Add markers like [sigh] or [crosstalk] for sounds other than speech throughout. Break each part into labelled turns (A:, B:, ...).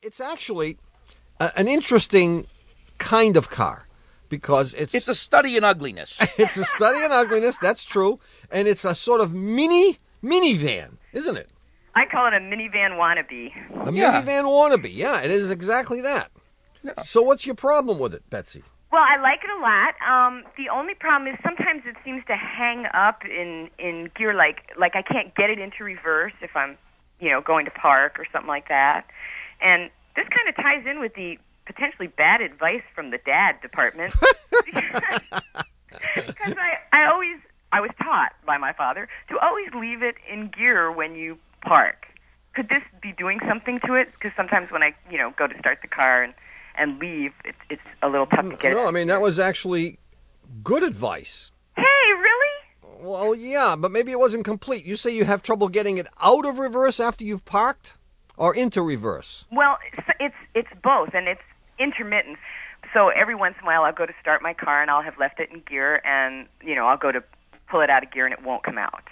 A: It's actually a, an interesting kind of car because it's
B: It's a study in ugliness.
A: [laughs] it's a study in ugliness. That's true, and it's a sort of mini minivan, isn't it?
C: I call it a minivan wannabe.
A: A
B: Yeah.
A: minivan wannabe. Yeah, it is exactly that. So what's your problem with it, Betsy?
C: Well, I like it a lot. Um, the only problem is sometimes it seems to hang up in in gear, like like I can't get it into reverse if I'm, you know, going to park or something like that. And this kind of ties in with the potentially bad advice from the dad department. [laughs] because I, I always I was taught by my father to always leave it in gear when you park. Could this be doing something to it? Because sometimes when I you know go to start the car and and leave, it's it's a little tough to get.
A: Mm, No,
C: it.
A: I mean that was actually good advice.
C: hey, really?
A: Well, yeah, but maybe it wasn't complete. You say you have trouble getting it out of reverse after you've parked, or into reverse.
C: Well, it's it's, it's both, and it's intermittent. So every once in a while, I'll go to start my car, and I'll have left it in gear, and you know I'll go to pull it out of gear, and it won't come out.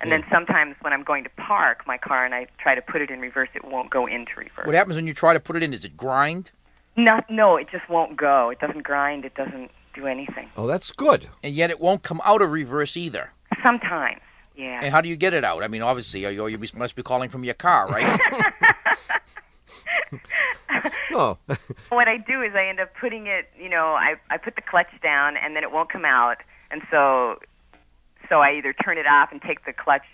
C: And
B: Hmm.
C: then sometimes when I'm going to park my car and I try to put it in reverse, it won't go into reverse.
B: what happens when you try to put it in? Is it grind?
C: No, no, it just won't go. It doesn't grind. It doesn't do anything.
A: Oh, that's good.
B: And yet it won't come out of reverse either.
C: Sometimes, yeah.
B: And how do you get it out? I mean, obviously, you, you must be calling from your car,
A: [laughs]
B: right? Uh,
A: No, [laughs]
C: what I do is I end up putting it, you know, I, I put the clutch down and then it won't come out. And so, so I either turn it off and take the clutch.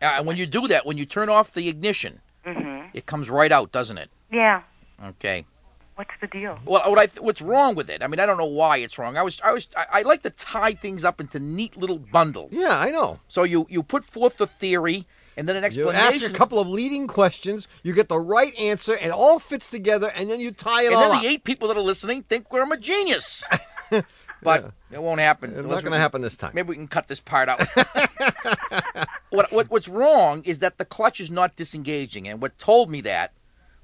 B: Uh, and when you do that, when you turn off the ignition,
A: Mm-hmm.
B: it comes right out, doesn't it?
C: Yeah.
B: Okay.
C: What's the deal?
B: Well, what I th- what's wrong with it? I mean, I don't know why it's wrong. I was I was I, I like to tie things up into neat little bundles.
A: yeah, I know.
B: So you you put forth the theory and then an
A: You
B: explanation.
A: ask a couple of leading questions, you get the right answer, and all fits together, and then you tie it
B: and
A: all
B: then
A: up.
B: the eight people that are listening think I'm
A: [laughs]
B: a genius. but it won't happen.
A: it's not
B: unless we
A: going to
B: can-
A: happen this time.
B: Maybe we can cut this part out. [laughs] what, what what's wrong is that the clutch is not disengaging, and what told me that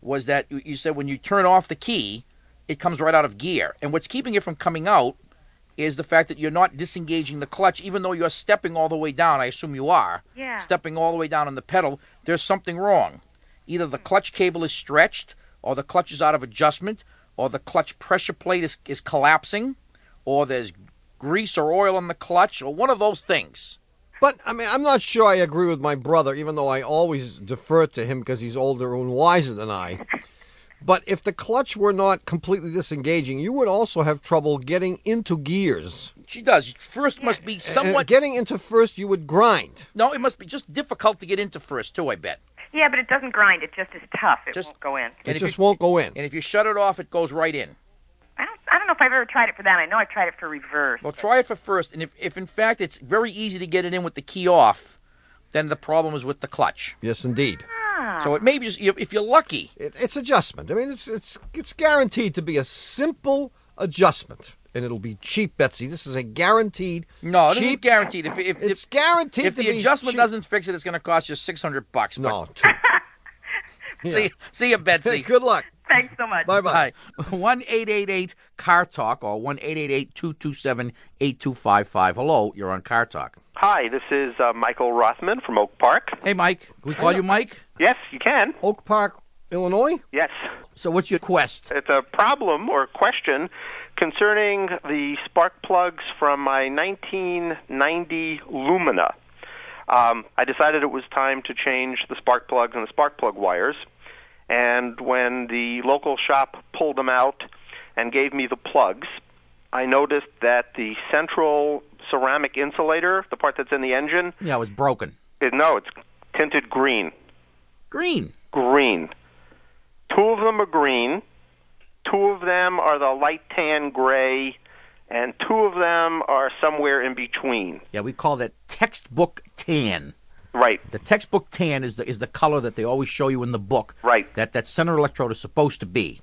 B: was that you, you said when you turn off the key, it comes right out of gear, and what's keeping it from coming out is the fact that you're not disengaging the clutch, even though you're stepping all the way down. I assume you are.
C: Yeah.
B: Stepping all the way down on the pedal, there's something wrong. Either the clutch cable is stretched, or the clutch is out of adjustment, or the clutch pressure plate is, is collapsing, or there's grease or oil on the clutch, or one of those things.
A: But I mean, I'm not sure I agree with my brother, even though I always defer to him because he's older and wiser than I. But if the clutch were not completely disengaging, you would also have trouble getting into gears.
B: She does. First must be
A: And
B: somewhat.
A: getting into first, you would grind.
B: no, it must be just difficult to get into first, too, I bet.
C: Yeah, but it doesn't grind. It just is tough. It
B: Just-
C: won't go in.
A: It
B: if
A: just
B: you-
A: won't go in.
B: And if you shut it off, it goes right in.
C: I don't, I don't know if I've ever tried it for that. I know I've tried it for reverse.
B: Well, try it for first, and if, if in fact it's very easy to get it in with the key off, then the problem is with the clutch.
A: Yes, indeed.
B: So it may be just, if you're lucky.
A: It, it's adjustment. I mean, it's it's it's guaranteed to be a simple adjustment, and it'll be cheap, Betsy. This is a guaranteed
B: No, it isn't
A: cheap.
B: guaranteed. If, if,
A: It's
B: if,
A: guaranteed
B: if
A: to
B: the
A: be
B: adjustment
A: cheap.
B: doesn't fix it, it's going to cost you six hundred bucks. But [laughs]
A: no. too-
B: See, see you, Betsy.
A: [laughs] Good luck.
C: Thanks so much.
A: Bye bye.
B: One eight eight eight Car Talk or one eight eight eight two two seven eight two five five. Hello, you're on Car Talk.
D: Hi, this is uh, Michael Rothman from Oak Park.
B: Hey, Mike. Can we call you Mike?
D: Yes, you can.
A: Oak Park, Illinois.
D: Yes.
B: So, what's your quest?
D: It's a problem or question concerning the spark plugs from my 1990 Lumina. Um, I decided it was time to change the spark plugs and the spark plug wires. And when the local shop pulled them out and gave me the plugs, I noticed that the central ceramic insulator, the part that's in the engine,
B: Yeah, it was broken.
D: it, no, it's tinted green.
B: Green.
D: green. Two of them are green. Two of them are the light tan gray, and two of them are somewhere in between.
B: Yeah, we call that textbook tan.
D: Right.
B: The textbook tan is the is the color that they always show you in the book.
D: Right.
B: That that center electrode is supposed to be.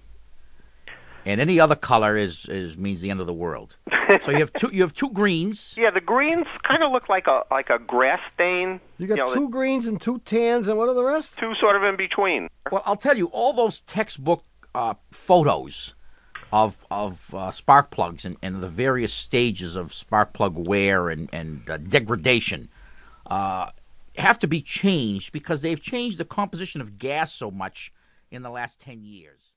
B: And any other color is, is means the end of the
D: [laughs]
B: world. so you have two you have two greens.
D: Yeah, the greens kind of look like a like a grass stain.
A: You got
D: know,
A: two greens and two tans, and what are the rest?
D: two sort of in between.
B: Well, I'll tell you, all those textbook uh, photos of of uh, spark plugs and, and the various stages of spark plug wear and and uh, degradation uh, have to be changed because they've changed the composition of gas so much in the last ten years.